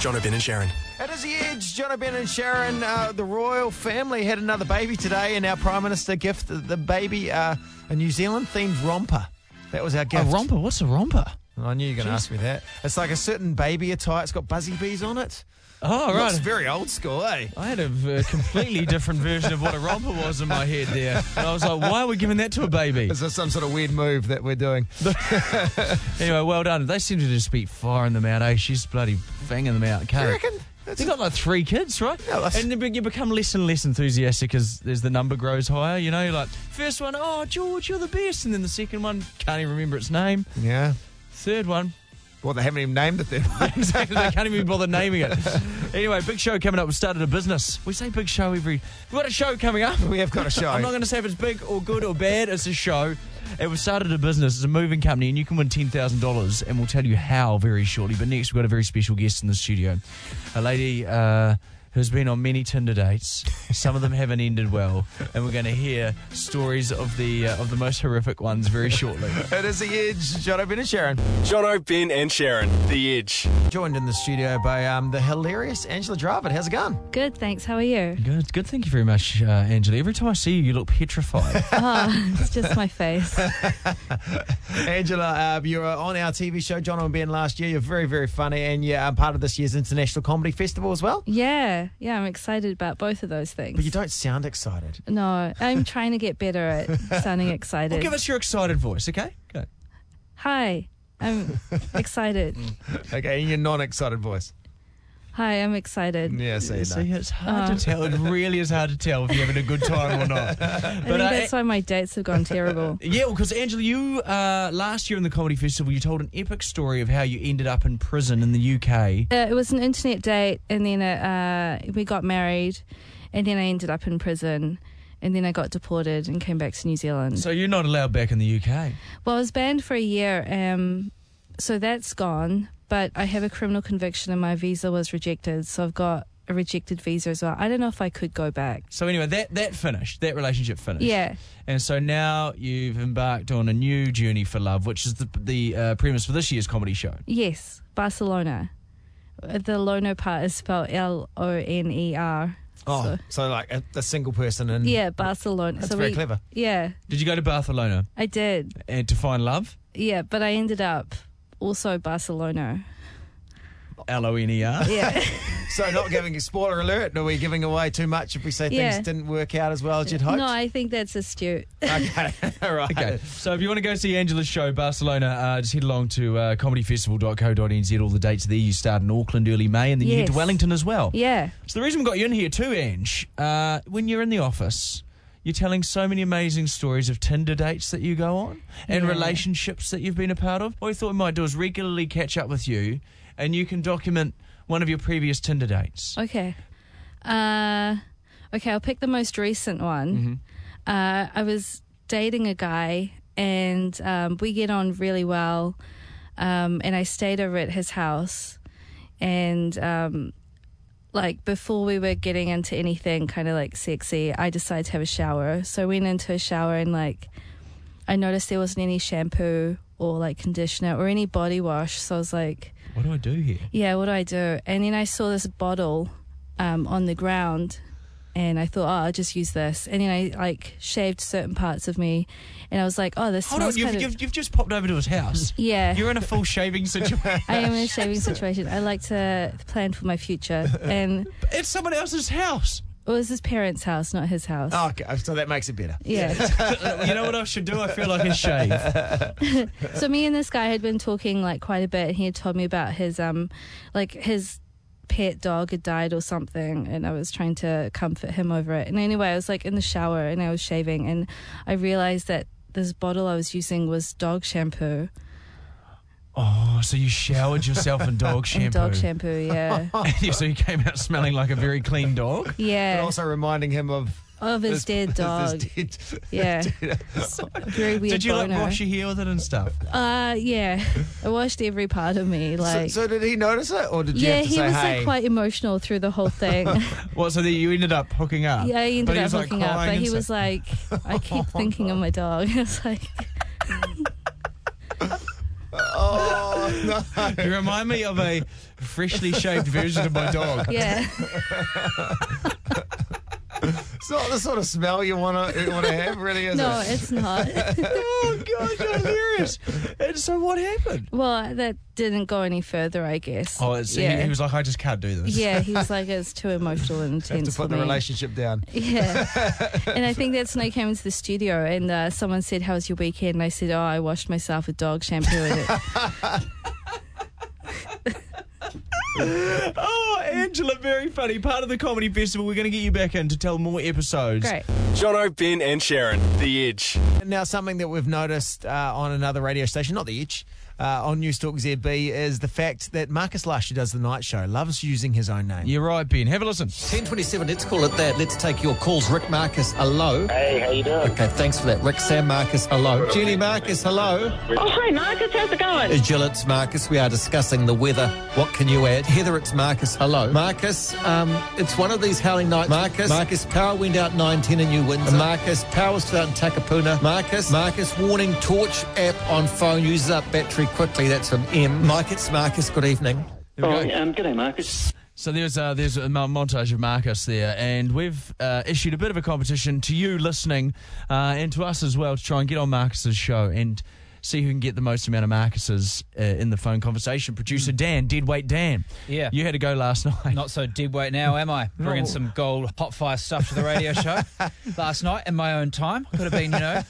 Jonah, Ben, and Sharon. It is the Edge, Jonah, Ben, and Sharon. Uh, the royal family had another baby today, and our Prime Minister gifted the baby uh, a New Zealand themed romper. That was our A gift. romper? What's a romper? I knew you were going to ask me that. It's like a certain baby attire. It's got buzzy bees on it. Oh, Looks right. very old school, eh? I had a v- completely different version of what a romper was in my head there. And I was like, why are we giving that to a baby? Is this some sort of weird move that we're doing? Anyway, well done. They seem to just be firing them out, eh? She's bloody fanging them out, can't You they? reckon? They got like three kids, right? Yeah, that's- and you be- you become less and less enthusiastic as, as the number grows higher. You know, like first one, oh George, you're the best, and then the second one can't even remember its name. Yeah. Third one, Well, they haven't even named it then. exactly, they can't even bother naming it. Anyway, big show coming up. We started a business. We say big show every. We've got a show coming up. We have got a show. I'm not going to say if it's big or good or bad. It's a show. It was started a business. It's a moving company, and you can win ten thousand dollars. And we'll tell you how very shortly. But next, we've got a very special guest in the studio, a lady uh, who's been on many Tinder dates. Some of them haven't ended well, and we're going to hear stories of the uh, of the most horrific ones very shortly. it is the Edge, Jono, Ben, and Sharon. Jono, Ben, and Sharon. The Edge. Joined in the studio by um, the hilarious Angela Dravid. How's it going? Good, thanks. How are you? Good, good. Thank you very much, uh, Angela. Every time I see you, you look petrified. Oh, it's just my face. Angela, uh, you were on our TV show, John and Ben, last year. You're very, very funny, and you're um, part of this year's International Comedy Festival as well. Yeah, yeah, I'm excited about both of those things. But you don't sound excited. No, I'm trying to get better at sounding well, excited. give us your excited voice, okay? Go. Hi, I'm excited. Okay, in your non-excited voice. Hi, I'm excited. Yeah, so See, you know. it's hard to tell. It really is hard to tell if you're having a good time or not. I But, think uh, that's why my dates have gone terrible. Yeah, because Angela, you uh, last year in the comedy festival, you told an epic story of how you ended up in prison in the UK. Uh, it was an internet date, and then uh, uh, we got married, and then I ended up in prison, and then I got deported and came back to New Zealand. So you're not allowed back in the UK. Well, I was banned for a year, um, so that's gone. But I have a criminal conviction, and my visa was rejected, so I've got a rejected visa as well. I don't know if I could go back. So anyway, that that finished. That relationship finished. Yeah, And so now you've embarked on a new journey for love, which is the the uh, premise for this year's comedy show. yes, Barcelona. Uh, The loner part is spelled L O N E R. Oh, so like a, a single person and Yeah, Barcelona. Hmm. That's very clever. Yeah, Did you go to Barcelona I did. and to find love? Yeah, but I ended up also Barcelona. L O N E R. Yeah. So not giving spoiler alert. Are we giving away too much if we say Yeah. things didn't work out as well as you'd hoped? no, I think that's astute. Okay, all right. Okay, so if you want to go see Angela's show, Barcelona, uh, just head along to uh, comedyfestival.co.nz. All the dates are there. You start in Auckland early May, and then you head to Yes. Wellington as well. Yeah. So the reason we got you in here too, Ange, uh, when you're in the office, you're telling so many amazing stories of Tinder dates that you go on and Yeah. relationships that you've been a part of. What we thought we might do is regularly catch up with you, and you can document one of your previous Tinder dates. Okay. Uh, okay, I'll pick the most recent one. Uh, I was dating a guy, and um, we get on really well. Um, and I stayed over at his house, and um, like before we were getting into anything kind of like sexy, I decided to have a shower. So I went into a shower and like I noticed there wasn't any shampoo or like conditioner or any body wash. So I was like, What do I do here? yeah, what do I do? And then I saw this bottle um, on the ground, and I thought, oh, I'll just use this. And then I like shaved certain parts of me, and I was like, oh, this Hold on, smells you've, kind of you've, you've just popped over to his house. yeah. You're in a full shaving situation. I am in a shaving situation. I like to plan for my future, and it's someone else's house. it was his parents' house, not his house. Oh, okay, so that makes it better. Yeah. you know what I should do? I feel like a shave. so me and this guy had been talking like quite a bit and he had told me about his um like his pet dog had died or something and i was trying to comfort him over it and anyway i was like in the shower and i was shaving and i realized that this bottle i was using was dog shampoo Oh, so you showered yourself in dog shampoo. and dog shampoo yeah Yeah, so you came out smelling like a very clean dog. But yeah also reminding him of of his dead dog His dead- yeah very weird Did you like boner. wash your hair with it and stuff? uh yeah i washed every part of me like so, so did he notice it, or did you yeah have to he say, was "Hey"? like quite emotional through the whole thing What? So that you ended up hooking up? Yeah, I ended but he up was, like, hooking up, crying but and he stuff. was like, I keep thinking of my dog. I was like, Oh, no. You remind me of a freshly shaved version of my dog. Yeah. It's not the sort of smell you want to want to have, really, is no, it? it's not. Oh gosh, you're hilarious! And so what happened? well, that didn't go any further, I guess. Oh, it's, yeah. he, he was like, I just can't do this. yeah, he was like, it's too emotional and intense. have to for put the me. relationship down. Yeah. and I think that's when I came into the studio and uh, someone said, How was your weekend? And I said, Oh, I washed myself with dog shampoo in it. Oh, Angela, very funny. Part of the comedy festival. We're going to get you back in to tell more episodes. Great. Jono, Ben, and Sharon, The Edge. Now, something that we've noticed uh, on another radio station, not the itch, uh, on News Talk ZB, is the fact that Marcus Lush, who does the night show, loves using his own name. You're right, Ben. Have a listen. 1027, let's call it that. Let's take your calls. Rick Marcus, hello. Hey, how you doing? Okay, thanks for that. Rick Sam Marcus, hello. Julie Marcus, hello. Oh, hi, Marcus. How's it going? Jill, it's Marcus. We are discussing the weather. What can you add? Heather, it's Marcus, hello. Marcus, um, it's one of these howling nights. Marcus, Marcus, power went out 910 in New Windsor. Marcus, power stood out in Takapuna. Marcus, Marcus, warning, torch app on phone. Uses up battery quickly. That's an M. Mike, it's Marcus. Good evening. There we oh, go. yeah, um, g'day, Marcus. So there's uh, there's a mo- montage of Marcus there, and we've uh, issued a bit of a competition to you listening, uh, and to us as well to try and get on Marcus's show and see who can get the most amount of Marcuses uh, in the phone conversation. Producer Dan, Deadweight Dan, Mm. Yeah. you had a go last night. Not so dead weight now, am I? Bringing some gold hot fire stuff to the radio show last night in my own time. Could have been, you know,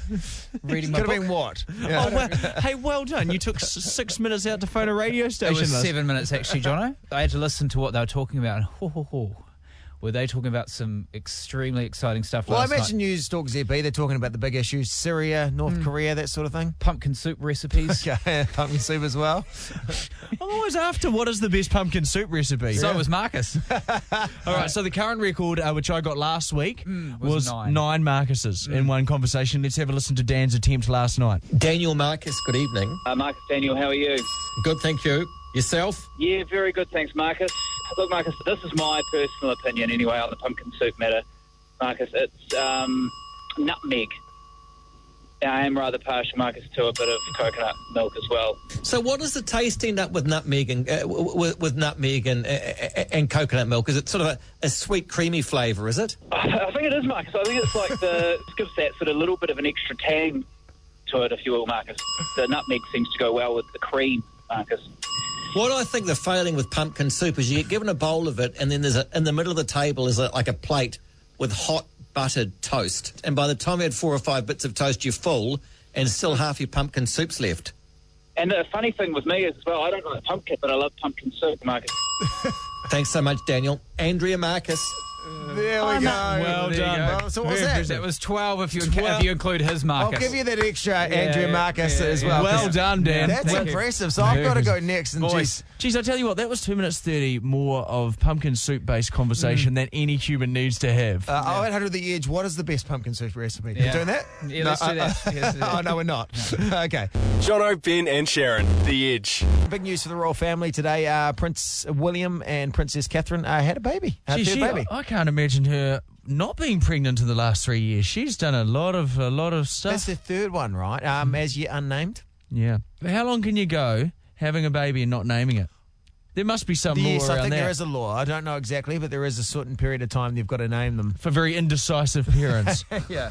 reading my Could have book. been what? oh, well, hey, well done! You took s- six minutes out to phone a radio It station. was last- seven minutes actually, Jono. I had to listen to what they were talking about. And ho, ho, ho, were they talking about some extremely exciting stuff? Well, I last imagine night? News Talk ZB, they're talking about the big issues Syria, North Mm. Korea, that sort of thing. pumpkin soup recipes. Okay, pumpkin soup as well. I'm always after what is the best pumpkin soup recipe. So was Marcus. All right, so the current record, uh, which I got last week, was, Mm, was nine, nine. Mm. Marcuses in one conversation. Let's have a listen to Dan's attempt last night. Daniel Marcus, good evening. Uh, Marcus Daniel, how are you? Good, thank you. Yourself? Yeah, very good, thanks, Marcus. Look, Marcus, this is my personal opinion anyway on the pumpkin soup matter. Marcus, it's um, nutmeg. I am rather partial, Marcus, to a bit of coconut milk as well. So, what does the taste end up with nutmeg and uh, with, with nutmeg and, uh, uh, and coconut milk? Is it sort of a, a sweet, creamy flavour? Is it? I think it is, Marcus. I think it's like the it gives that sort of little bit of an extra tang to it, if you will, Marcus. The nutmeg seems to go well with the cream, Marcus. What I think the failing with pumpkin soup is you get given a bowl of it, and then there's a, in the middle of the table is a, like a plate with hot buttered toast. And by the time you had four or five bits of toast, you're full, and still half your pumpkin soup's left. And the funny thing with me is as well, I don't like pumpkin, but I love pumpkin soup, Marcus. Thanks so much, Daniel. Andrea Marcus. There we go. Well Oh, There you done. go. Well, so what was Very that? impressive. That was 12 if you, inca- 12. If you include his I'll Marcus. give you that extra, Andrea yeah, Marcus, yeah, as yeah. well. Well done, Dan. That's Thank you. impressive. So I've Very got to go impressive. next and Boys. just. Jeez, I tell you what, that was two minutes thirty more of pumpkin soup based conversation than any human needs to have. Mm. Uh, oh, 800 The Edge, what is the best pumpkin soup recipe? We're Yeah. doing that? Yeah, let's uh, do that. Yeah, let's do that. oh, no, we're not. okay. Jono, Ben, and Sharon, The Edge. Big news for the royal family today. Uh, Prince William and Princess Catherine uh, had a baby. Had Gee, their she- uh, baby. I can't imagine her not being pregnant in the last three years. She's done a lot of a lot of That's stuff. the third one, right? Um, as yet unnamed. yeah. How long can you go having a baby and not naming it? There must be some law yes, I around think that there is a law. I don't know exactly, but there is a certain period of time they've got to name them. for very indecisive parents. yeah.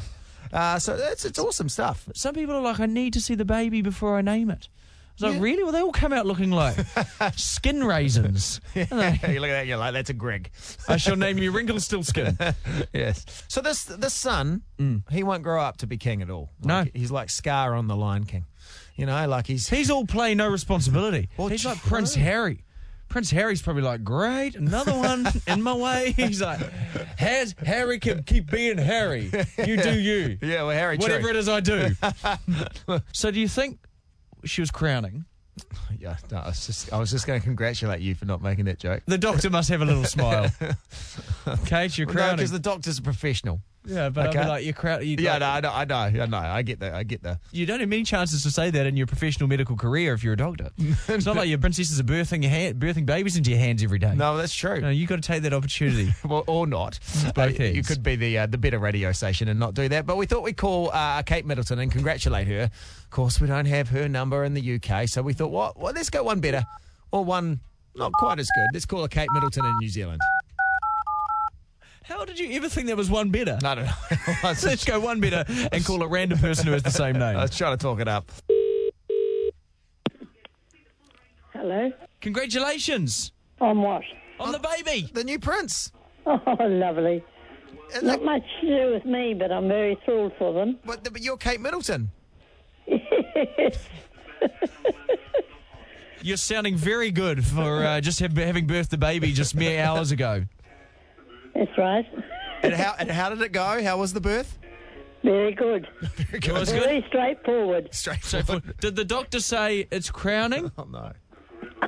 Uh, so it's, it's awesome stuff. some people are like, I need to see the baby before I name it. It's like, really? Well, they all come out looking like skin raisins. And they- you look at that, you're like, that's a Greg. I shall name you Wrinkle Still Skin. yes. So this this son, he won't grow up to be king at all. Mm. No. Like, he's like Scar on the Lion King. You know, like he's He's all play, no responsibility. Well, He's like true. Prince Harry. Prince Harry's probably like, great, another one in my way. He's like, has Harry can keep being Harry. You do you. yeah, well, Harry. Whatever true. it is I do. so do you think she was crowning? Yeah, no, I was just I was just going to congratulate you for not making that joke. The doctor must have a little smile. Kate, you're No, crowning. because the doctor's a professional. Yeah, but I'd Okay. be like, you're crowd. You, Yeah, like, no, I know, I know, I know. I get that. I get that. you don't have many chances to say that in your professional medical career if you're a doctor. it's not like your princesses are birthing your hand, birthing babies into your hands every day. No, that's true. no, you got to take that opportunity. Well, or not. both Uh, you ends. could be the uh, the better radio station and not do that. But we thought we'd call uh, Kate Middleton and congratulate her. Of course, we don't have her number in the UK, so we thought, what? Well, let's go one better, or one not quite as good. Let's call her Kate Middleton in New Zealand. How did you ever think that was one better? I don't know. I was, So let's just, go one better and call a random person who has the same I name. was trying to talk it up. Hello? Congratulations On what? on the baby. The new prince. Oh, lovely. And Not look, much to do with me, but I'm very thrilled for them. but, but you're Kate Middleton. You're sounding very good for uh, just have, having birthed the baby just mere hours ago. That's right. And how and how did it go? How was the birth? Very good. It was good. Very straightforward. Straight So for- did the doctor say it's crowning? Oh no!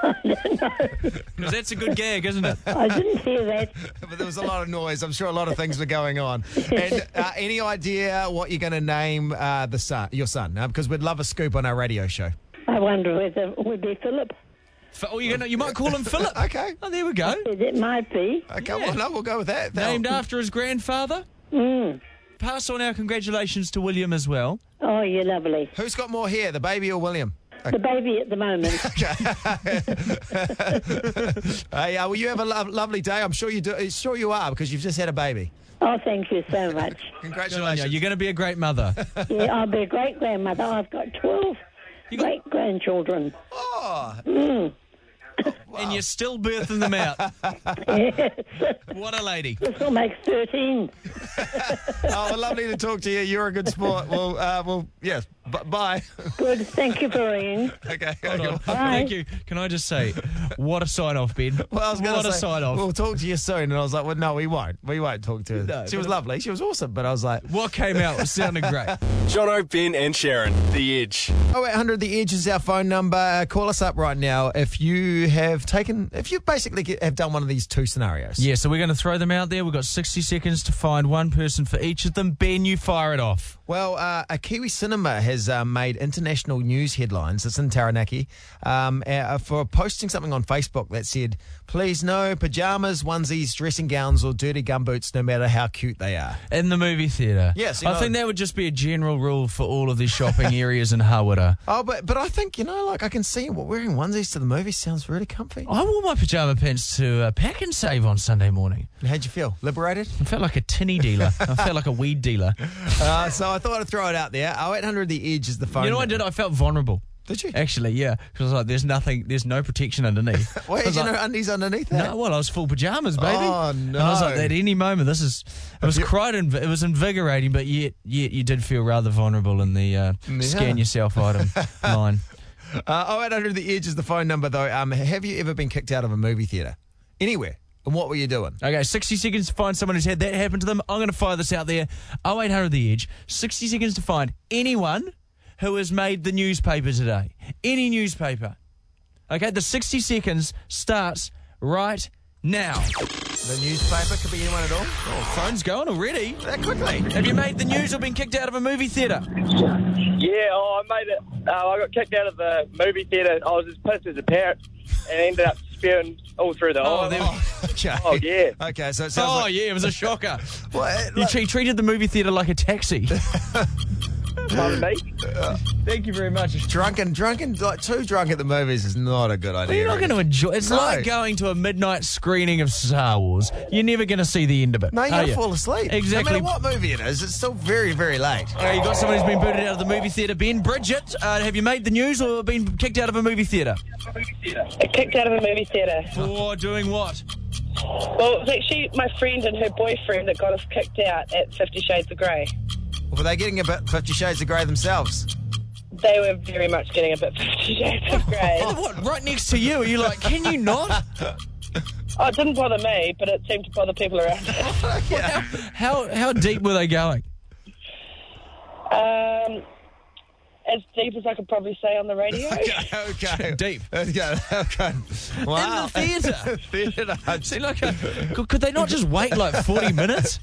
'Cause that's a good gag, isn't it? I didn't hear that. But there was a lot of noise. I'm sure a lot of things were going on. And uh, any idea what you're going to name uh, the son, your son? Uh, because we'd love a scoop on our radio show. I wonder whether it would be Philip. F- Oh, you're gonna, you might call him Philip. Okay. Oh, there we go. It might be. Okay, Yeah. well, no, we'll go with that. That'll- Named after his grandfather. Pass on our congratulations to William as well. Oh, you're lovely. Who's got more hair, the baby or William? The baby at the moment. Hey, uh, well, you have a lo- lovely day. I'm sure you do. uh, Sure you are, because you've just had a baby. Oh, thank you so much. Yeah, Congratulations. you're going to be a great mother. Yeah, I'll be a great grandmother. I've got 12 You got- great grandchildren. Oh, And you're still birthing them out. What a lady. This will make 13. oh, well, lovely to talk to you. You're a good sport. Well, uh, well, yes. B- bye. Good. Thank you for ringing. okay. Thank you. Can I just say, what a sign off, Ben. Well, I was going what to a say, sign off. We'll talk to you soon. And I was like, well, no, we won't. We won't talk to her. No, she was but- lovely. She was awesome. But I was like, what came out was sounding great. Jono, Ben, and Sharon, The Edge. 0800 The Edge is our phone number. Uh, Call us up right now if you have taken, if you basically get, have done one of these two scenarios. Yeah, so we're going to throw them out there. We've got 60 seconds to find one person for each of them. Ben, you fire it off. Well, uh, a Kiwi cinema has uh, made international news headlines. It's in Taranaki um, uh, for posting something on Facebook that said, please no pajamas, onesies, dressing gowns, or dirty gumboots, no matter how cute they are. In the movie theatre. Yes, you I know- think that would just be a general rule for all of the shopping areas in Hawera. Oh, but but I think, you know, like I can see well, wearing onesies to the movie sounds really comfy. I wore my pyjama pants to uh, pack and save on Sunday morning. How'd you feel? Liberated? I felt like a tinny dealer. I felt like a weed dealer. Uh, so I thought I'd throw it out there. 0800 The Edge is the phone. You know what I did? I felt vulnerable. Did you? Actually, yeah. Because I was like, there's nothing, there's no protection underneath. Why I was had you like, no undies underneath that? No, well, I was full pajamas, baby. Oh, And I was like, no. at any moment, this is. It was you- quite. Inv- it was invigorating, but yet, yet you did feel rather vulnerable in the uh, scan yourself item line. Uh, 0800 The Edge is the phone number, though. Um, have you ever been kicked out of a movie theatre? Anywhere. And what were you doing? Okay, 60 seconds to find someone who's had that happen to them. I'm going to fire this out there. 0800 The Edge. 60 seconds to find anyone who has made the newspaper today. Any newspaper. Okay, the 60 seconds starts right now. The newspaper? Could be anyone at all? Phone's going already. That quickly. Have you made the news or been kicked out of a movie theatre? Yeah, oh, I made it. Uh, I got kicked out of the movie theatre. I was as pissed as a parrot and ended up spewing all through the hall. there we go. Oh, okay. Oh, yeah. Okay, so it sounds Oh, like. yeah, it was a shocker. What? You tre- treated the movie theatre like a taxi. Pardon me? Thank you very much. Drunken, drunken, like too drunk at the movies is not a good idea. You're not going to enjoy. It's No. like going to a midnight screening of Star Wars. You're never going to see the end of it. No, you're are going you? to fall asleep. Exactly. No matter what movie it is, it's still very, very late. Uh, you got someone who's been booted out of the movie theatre. Ben Bridget, uh, have you made the news or been kicked out of a movie theatre? kicked out of a movie theatre. Oh. For doing what? Well, it was actually my friend and her boyfriend that got us kicked out at Fifty Shades of Grey. Were they getting a bit Fifty Shades of Grey themselves? They were very much getting a bit Fifty Shades of Grey. Oh, what? Right next to you. Are you like, can you not? oh, it didn't bother me, but it seemed to bother people around us. How how deep were they going? Um, as deep as I could probably say on the radio. okay. Deep. Okay. okay. In Wow. the theatre. theatre. uh, See, like, a, could, could they not just wait like 40 minutes?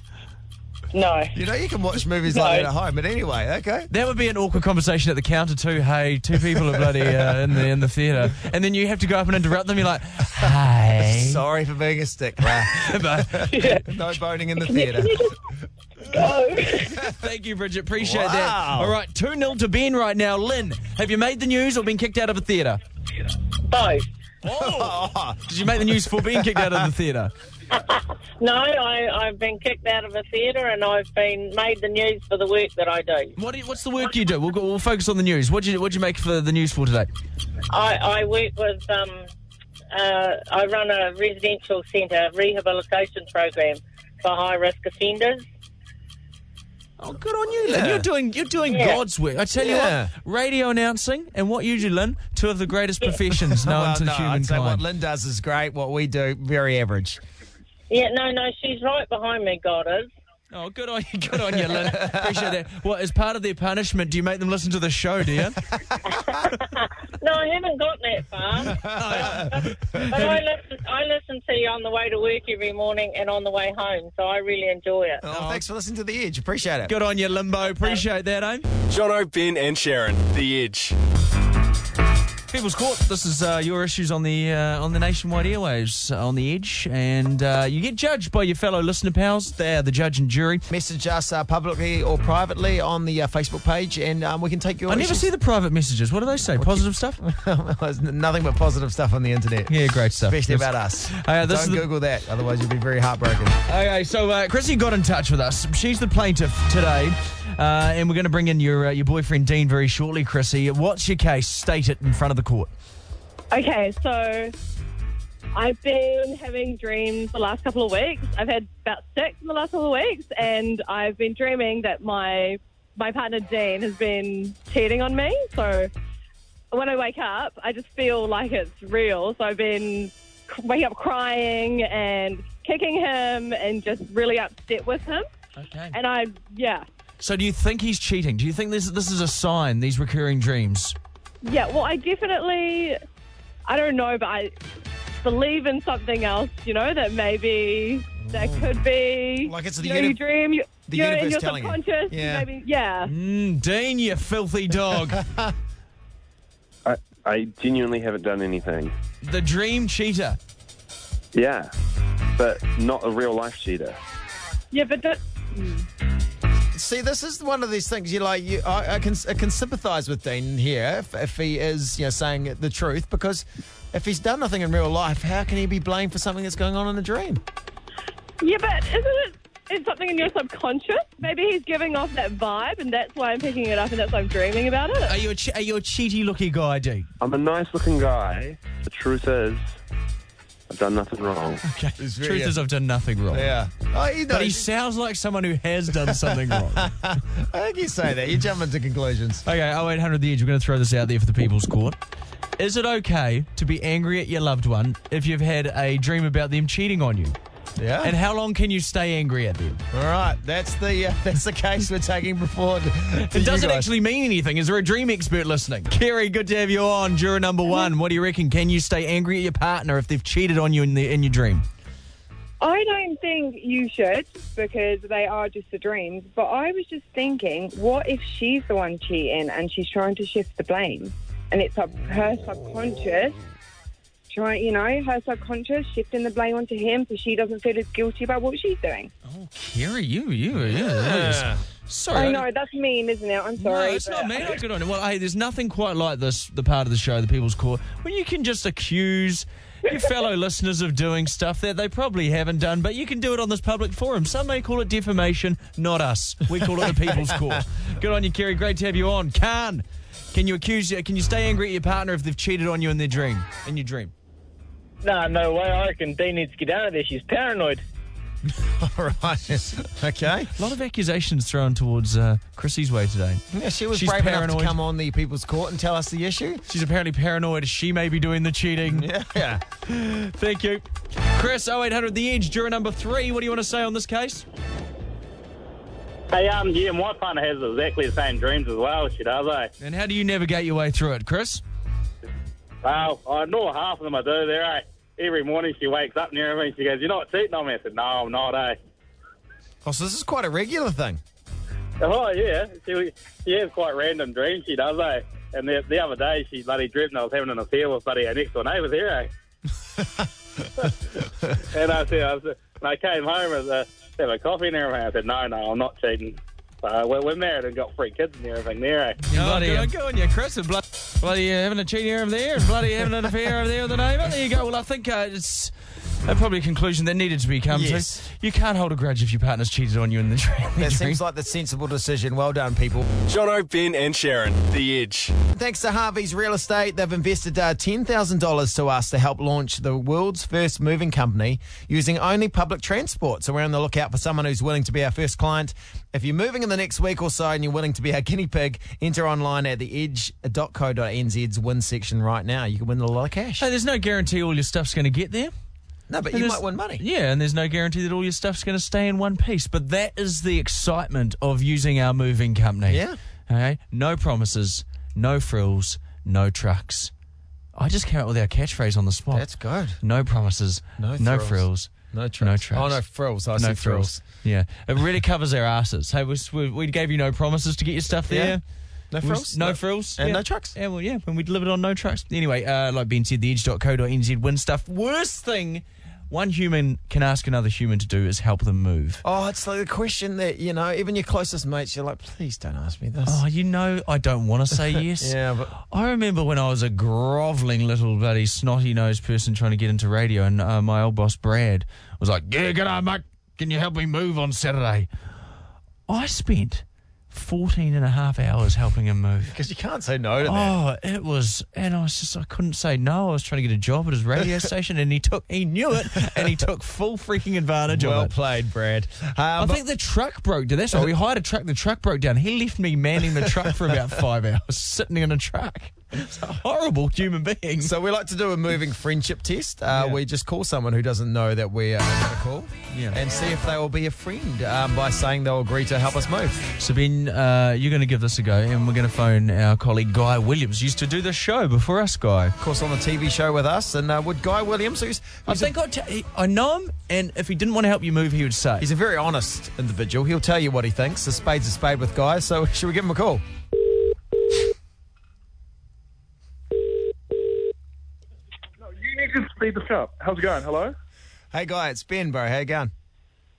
No. You know, you can watch movies like that at home, but anyway, okay. That would be an awkward conversation at the counter too. Hey, two people are bloody uh, in the in the theatre, and then you have to go up and interrupt them. You're like, "Hey, Sorry for being a stick, bruh. But- no boning in the Can you, theatre. can you just go? Thank you, Bridget. Appreciate Wow. that. All right, 2 0 to Ben right now. Lynn, have you made the news or been kicked out of a theatre? Both. Did you make the news for being kicked out of the theatre? No, I, I've been kicked out of a theatre and I've been made the news for the work that I do. What do you, what's the work you do? We'll, go, we'll focus on the news. What did you, what'd you make for the news for today? I, I work with, um, uh, I run a residential centre rehabilitation program for high risk offenders. Oh, good on you, Lynn. You're doing, you're doing Yeah. God's work. I tell Yeah. you what, radio announcing and what you do, Lynn, two of the greatest professions known Well, to no, I'd humankind. say what Lynn does is great. What we do, very average. Yeah, no, no, she's right behind me, God is. oh, good on you, good on you, Lynn. Appreciate that. What, as part of their punishment, do you make them listen to the show, do you? No, I haven't gotten that far. but I listen, I listen to you on the way to work every morning and on the way home, so I really enjoy it. Oh, thanks for listening to The Edge. Appreciate it. Good on you, Limbo. Appreciate that, eh? Jono, Ben, and Sharon, The Edge. People's Court. This is uh, your issues on the uh, on the nationwide airwaves uh, on the edge, and uh, you get judged by your fellow listener pals. They are the judge and jury. Message us uh, publicly or privately on the uh, Facebook page, and um, we can take your. I never see the private messages. What do they say? Positive stuff. There's nothing but positive stuff on the internet. Yeah, great stuff. Especially Yes. about us. Uh, this Don't is the- Google that, otherwise you'll be very heartbroken. Okay, so uh, Chrissy got in touch with us. She's the plaintiff today, uh, and we're going to bring in your uh, your boyfriend Dean very shortly. Chrissy, what's your case? State it in front of the court. Okay, so I've been having dreams the last couple of weeks. I've had about six in the last couple of weeks, and I've been dreaming that my my partner Dean has been cheating on me. So when I wake up, I just feel like it's real. So I've been c- waking up crying and kicking him, and just really upset with him. Okay. And I, yeah, So, do you think he's cheating? Do you think this this is a sign? These recurring dreams. Yeah, well, I definitely, I don't know, but I believe in something else, you know, that maybe that Mm. could be. Like it's the you know, you uni- dream, you, the you know, in universe your telling you. subconscious, Yeah. maybe, yeah. Mm, Dean, you filthy dog. I, I genuinely haven't done anything. the dream cheater. Yeah, but not a real life cheater. Yeah, but that, See, this is one of these things. You like, you, I, I can I can sympathise with Dean here if, if he is you know saying the truth because if he's done nothing in real life, how can he be blamed for something that's going on in a dream? yeah, but isn't it it's something in your subconscious? Maybe he's giving off that vibe, and that's why I'm picking it up, and that's why I'm dreaming about it. Are you a che- are you a cheaty looky guy, Dean? I'm a nice looking guy. The truth is, I've done nothing wrong. Okay. very- Truth is, I've done nothing wrong. Yeah, oh, you know, But he sounds like someone who has done something wrong. I think you say that. You jump into conclusions. Okay, 0800 The Edge, we're going to throw this out there for the People's Court. Is it okay to be angry at your loved one if you've had a dream about them cheating on you? Yeah. And how long can you stay angry at them? All right, that's the uh, that's the case we're taking before. to It you doesn't guys. actually mean anything. Is there a dream expert listening? Kerry, good to have you on. Juror number one, what do you reckon? Can you stay angry at your partner if they've cheated on you in, the, in your dream? I don't think you should because they are just the dreams. But I was just thinking, what if she's the one cheating and she's trying to shift the blame, and it's sub- her subconscious trying, you know, her subconscious shifting the blame onto him so she doesn't feel as guilty about what she's doing. Oh, Kerry, you, you, yeah. that is- Sorry. I know that's mean, isn't it? I'm sorry. No, it's but- not me. I could on it. Well, hey, there's nothing quite like this, the part of the show, the People's Court, when you can just accuse your fellow listeners of doing stuff that they probably haven't done, but you can do it on this public forum. Some may call it defamation, not us. We call it the People's Court. Good on you, Kerry. Great to have you on. Khan, can you accuse you? Can you stay angry at your partner if they've cheated on you in their dream? In your dream. No, no way. I reckon Dean needs to get out of there. She's paranoid. All right. okay. A lot of accusations thrown towards uh, Chrissy's way today. Yeah, she was She's brave enough paranoid. to come on the People's Court and tell us the issue. She's apparently paranoid. She may be doing the cheating. Yeah. Thank you. Chris, 0800 The Edge, juror number three. What do you want to say on this case? Hey, um, yeah, my partner has exactly the same dreams as well. She does, eh? And how do you navigate your way through it, Chris? Well, I know half of them I do there, eh? Every morning she wakes up near me and she goes, You're not cheating on me? I said, No, I'm not, eh? Oh, so this is quite a regular thing. Oh yeah, she, she has quite random dreams. She does, eh? And the, the other day, she bloody dreamt I was having an affair with bloody our next door neighbour's hero. and I said, I, said, and I came home and uh, have a coffee and everything. I said, no, no, I'm not cheating. So we're, we're married and got three kids and everything there. Eh? No, good, on- good on you, Chris. And bloody, bloody uh, having a cheat here and there, and bloody having an affair over there with the neighbour. There you go. Well, I think uh, it's uh, probably a conclusion that needed to be come Yes. to. You can't hold a grudge if your partner's cheated on you in the dream. That seems like the sensible decision. Well done, people. Jono, Ben, and Sharon, The Edge. Thanks to Harvey's Real Estate, they've invested uh, $10,000 to us to help launch the world's first moving company using only public transport. So we're on the lookout for someone who's willing to be our first client. If you're moving in the next week or so and you're willing to be our guinea pig, enter online at theedge.co.nz's win section right now. You can win a lot of cash. Hey, there's no guarantee all your stuff's going to get there. No, but And you there's- might win money. Yeah, and there's no guarantee that all your stuff's going to stay in one piece. But that is the excitement of using our moving company. Yeah. Okay. No promises, no frills, no trucks. I just came up with our catchphrase on the spot. That's good. no promises, No no frills. frills, No no trucks. trucks. Oh, no frills. I said frills. Yeah, it really covers our asses. Hey, we, we, we gave you no promises to get your stuff Yeah. there. No We- frills? No, No- frills. and yeah. no trucks. Yeah, well, yeah, when we delivered on no trucks. Anyway, uh, like Ben said, theedge.co.nz win stuff. Worst thing one human can ask another human to do is help them move. Oh, it's like the question that, you know, even your closest mates, you're like, please don't ask me this. Oh, you know, I don't want to say yes. Yeah, but I remember when I was a grovelling little bloody snotty nosed person trying to get into radio, and uh, my old boss Brad was like, "Yeah, good on, mate. Can you help me move on Saturday?" I spent 14 and a half hours helping him move. because you can't say no to that. Oh, it was, and I was just, I couldn't say no. I was trying to get a job at his radio station, and he took, he knew it, and he took full freaking advantage Well of it. played, Brad. Um, I think the truck broke down. That's why we hired a truck. The truck broke down. He left me manning the truck for about five hours, sitting in a truck. It's a horrible human being. so we like to do a moving friendship test. Uh, We just call someone who doesn't know that we are going to call Yeah. and see if they will be a friend um, by saying they'll agree to help us move. So Ben, uh, you're going to give this a go, and we're going to phone our colleague Guy Williams. Used to do the show before us, Guy. Of course, on the TV show with us, and uh, would Guy Williams, who's, I who's a- think I, t- I know him, and if he didn't want to help you move, he would say. he's a very honest individual. He'll tell you what he thinks. A spade's a spade with Guy, so should we give him a call? You need to speed this up. How's it going? Hello? Hey, Guy, it's Ben, bro. How you going?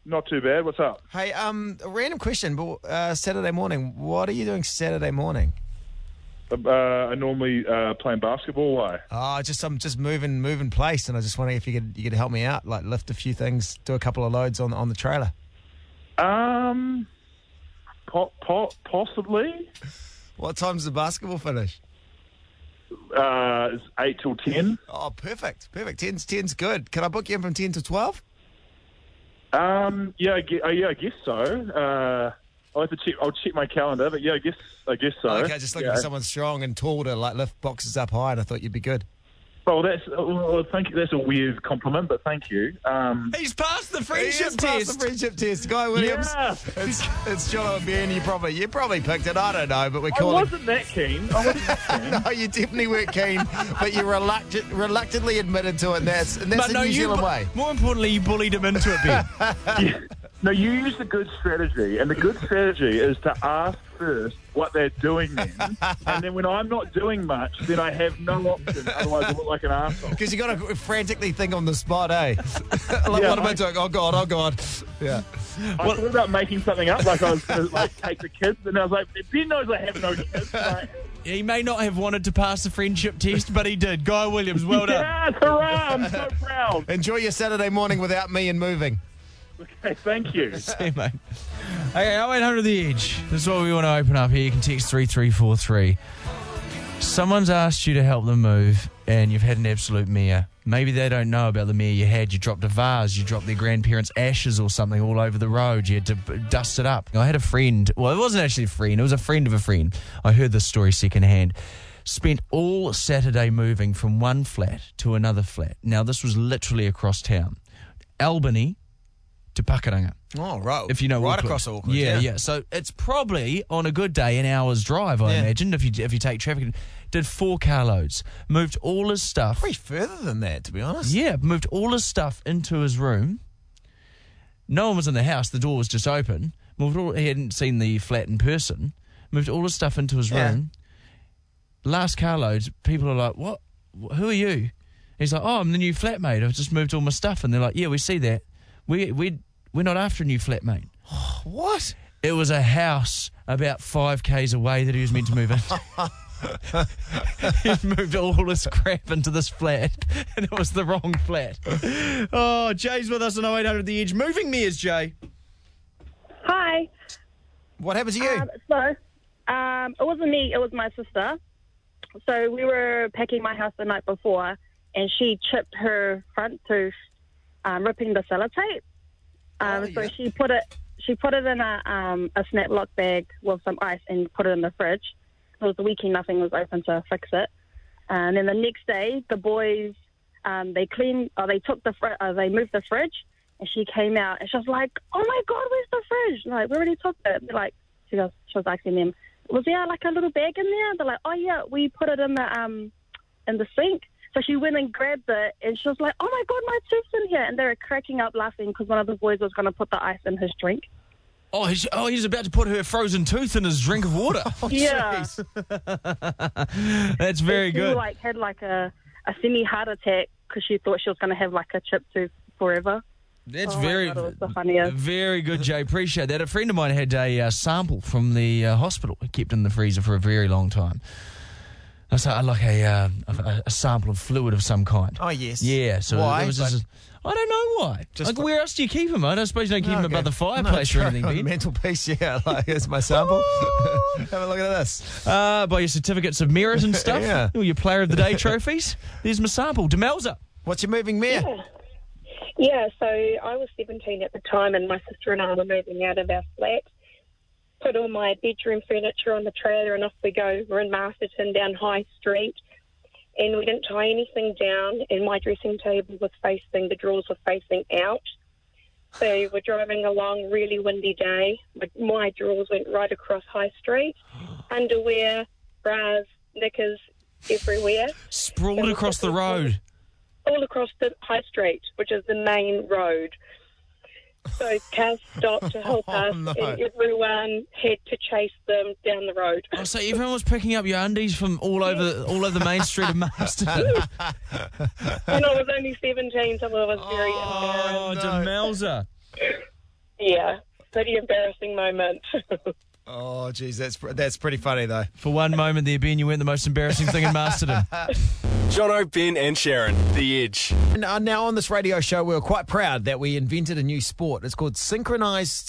Not too bad. What's up? Hey, um, a random question, but uh, Saturday morning, what are you doing Saturday morning? Uh, I normally uh, playing basketball. Why? Oh, just I'm just moving moving place, and I was just wondering if you could you could help me out, like lift a few things, do a couple of loads on on the trailer. Um, po- po- possibly. What time's the basketball finish? Uh, it's eight till ten. Oh, perfect, perfect. Ten's ten's good. Can I book you in from ten to twelve? Um, yeah, I gue- uh, yeah, I guess so. Uh, I'll have to check. I'll check my calendar, but yeah, I guess I guess so. Okay, just looking yeah. for someone strong and tall to like lift boxes up high, and I thought you'd be good. Well, that's well, thank you. That's a weird compliment, but thank you. Um, he's passed the He just passed The friendship test, Guy Williams. Yeah. It's it's John and Ben. You probably you probably picked it. I don't know, but we're I calling. wasn't that keen. I wasn't that keen. No, you definitely weren't keen, but you reluctant, reluctantly admitted to it. And that's and that's But the no, New you. Zealand bu- way. More importantly, you bullied him into it, Ben. No, you use the good strategy, and the good strategy is to ask first what they're doing then, and then when I'm not doing much, then I have no option. Otherwise, I look like an asshole. Because you got to frantically think on the spot, eh? like, Yeah, what am I, I- doing? Oh God! Oh God! Yeah. I thought about making something up, like I was going to like take the kids, and I was like, Ben knows I have no kids. Like, he may not have wanted to pass the friendship test, but he did. Guy Williams, well done. yes, hurrah! I'm so proud. Enjoy your Saturday morning without me and moving. Okay, thank you. Hey, mate. Okay, 0800 The Edge. This is what we want to open up here. You can text 3343. Someone's asked you to help them move, and you've had an absolute mare. Maybe they don't know about the mare you had. You dropped a vase, you dropped their grandparents' ashes or something all over the road. You had to b- dust it up. I had a friend, well, it wasn't actually a friend, it was a friend of a friend. I heard this story secondhand. Spent all Saturday moving from one flat to another flat. Now, this was literally across town Albany to Pakaranga Oh right. if you know right Auckland. across Auckland. Yeah, yeah, So it's probably on a good day an hour's drive, I Yeah. imagine, if you if you take traffic. Did four carloads, moved all his stuff. Probably further than that, to be honest. Yeah, moved all his stuff into his room, No one was in the house. The door was just open. Moved all, he hadn't seen the flat in person. Moved all his stuff into his room. Last carload, people are like, "What? Wh- Who are you?" He's like, "Oh, I'm the new flatmate. I've just moved all my stuff." And they're like, "Yeah, we see that. We we we're not after a new flatmate." What? It was a house about five k's away that he was meant to move in. he moved all his crap into this flat, and it was the wrong flat. Oh, Jay's with us on 0800 The Edge. Moving me is Jay. Hi. What happened to you? Um, so, um, it wasn't me, it was my sister. So, we were packing my house the night before, and she chipped her front tooth um, ripping the sellotape. Um, so, she put it. She put it in a, um, a snap lock bag with some ice and put it in the fridge. It was the weekend, nothing was open to fix it. And then the next day, the boys um, they cleaned, or they took the, fr- uh, they moved the fridge, and she came out and she was like, "Oh my god, where's the fridge? Like we already took it." They're like, she goes, she was asking them, "Was there like a little bag in there?" They're like, "Oh yeah, we put it in the um, in the sink." So she went and grabbed it, and she was like, "Oh my god, my tooth's in here!" And they were cracking up laughing because one of the boys was going to put the ice in his drink. Oh, he's, oh, he's about to put her frozen tooth in his drink of water. yeah, That's very she good. like had like a a semi heart attack because she thought she was going to have like a chip tooth forever. That's Oh my very, God, it was the funniest. very good, Jay. Appreciate that. A friend of mine had a uh, sample from the uh, hospital. He kept in the freezer for a very long time. That's like, like a, uh, a a sample of fluid of some kind. Oh, yes. Yeah. So Why? It was just, I don't know why. Just like, where else do you keep them? I don't suppose you don't keep No, them above okay. the fireplace No, or anything. do on the you? mantelpiece, yeah. Like, here's my sample. Have a look at this. uh, by your certificates of merit and stuff. Yeah. Or your player of the day trophies. There's my sample. Demelza. What's your moving mare? Yeah, so I was 17 at the time, and my sister and I were moving out of our flat. Put all my bedroom furniture on the trailer, and off we go. We're in Masterton down High Street, and we didn't tie anything down. And my dressing table was facing the drawers were facing out. So we're driving along, really windy day. My, my drawers went right across High Street, underwear, bras, knickers, everywhere Sprawled across the road. all across the high street, which is the main road. So cars stopped to help us, and everyone had to chase them down the road. Oh, so everyone was picking up your undies from all over all over the main street of Masterton. and I was only 17, so I was very Oh, embarrassed. Demelza. Yeah, pretty embarrassing moment. Oh, geez, that's pr- that's pretty funny though. For one moment there, Ben, you weren't the most embarrassing thing in Masterton. Jono, Ben, and Sharon, The Edge. And uh, now on this radio show, we are quite proud that we invented a new sport. It's called synchronized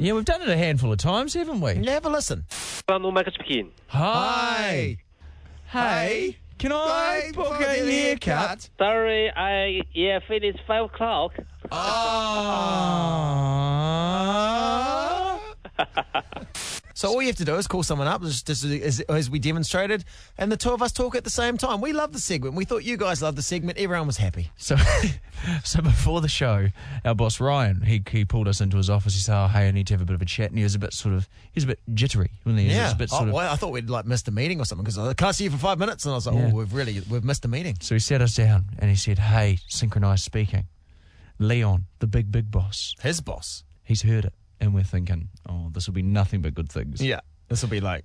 Yeah, we've done it a handful of times, haven't we? Have a listen. Hi. Hey. Can I Hey, book before a I get a haircut? Sorry, I yeah, finished five o'clock. Ah. So all you have to do is call someone up, just, just as, as we demonstrated, and the two of us talk at the same time. We love the segment. We thought you guys loved the segment. Everyone was happy. So, so before the show, our boss Ryan, he, he pulled us into his office. He said, "Oh, hey, I need to have a bit of a chat." And he was a bit sort of, he was a bit jittery, wasn't he? He was a bit Oh, sort of- well, I thought we'd like missed a meeting or something because I was like, can I see you for five minutes? And I was like, Yeah. oh, we've really we've missed a meeting. So he sat us down and he said, "Hey, synchronized speaking, Leon, the big big boss, his boss, he's heard it, and we're thinking, oh, this will be nothing but good things." Yeah. This will be like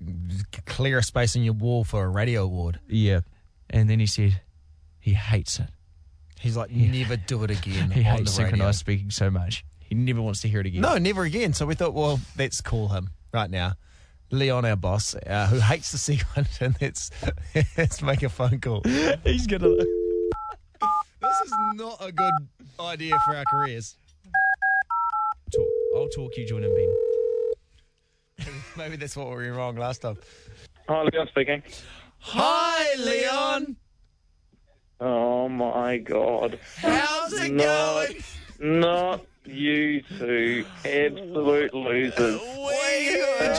clear a space in your wall for a radio award. yeah. And then he said, he hates it. He's like, never do it again. He on hates the radio. synchronized speaking so much. He never wants to hear it again. No, never again. So we thought, well, let's call him right now. Leon, our boss, uh, who hates the C one, and let's, let's make a phone call. he's gonna. This is not a good idea for our careers. Talk. I'll talk. You join him, Ben. Maybe that's what we were wrong last time. Hi, Leon speaking. Hi, Leon. Oh my god. How's it Not, not you two. Absolute losers. I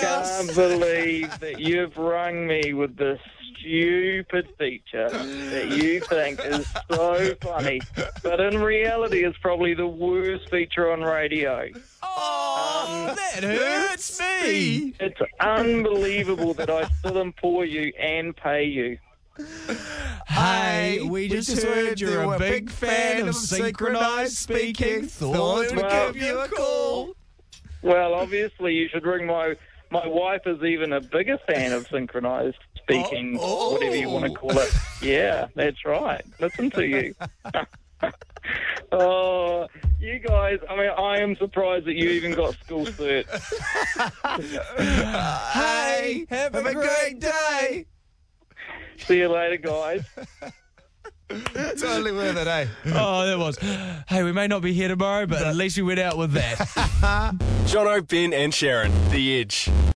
can't believe that you've rung me with this stupid feature that you think is so funny, but in reality is probably the worst feature on radio. Oh, that hurts me. It's unbelievable that I still employ you and pay you. Hey, we just heard you're a big fan of synchronized speaking. Thought we'd Well- give you a call. Well, obviously, you should ring my. My wife is even a bigger fan of synchronized Oh, speaking, whatever you want to call it. Yeah, that's right. Listen to you. oh, you guys, I mean, I am surprised that you even got school cert. Hey, have, a great day. See you later, guys. totally worth it, eh? Oh, that was. Hey, we may not be here tomorrow, but at least we went out with that. Jono, Ben, and Sharon, The Edge.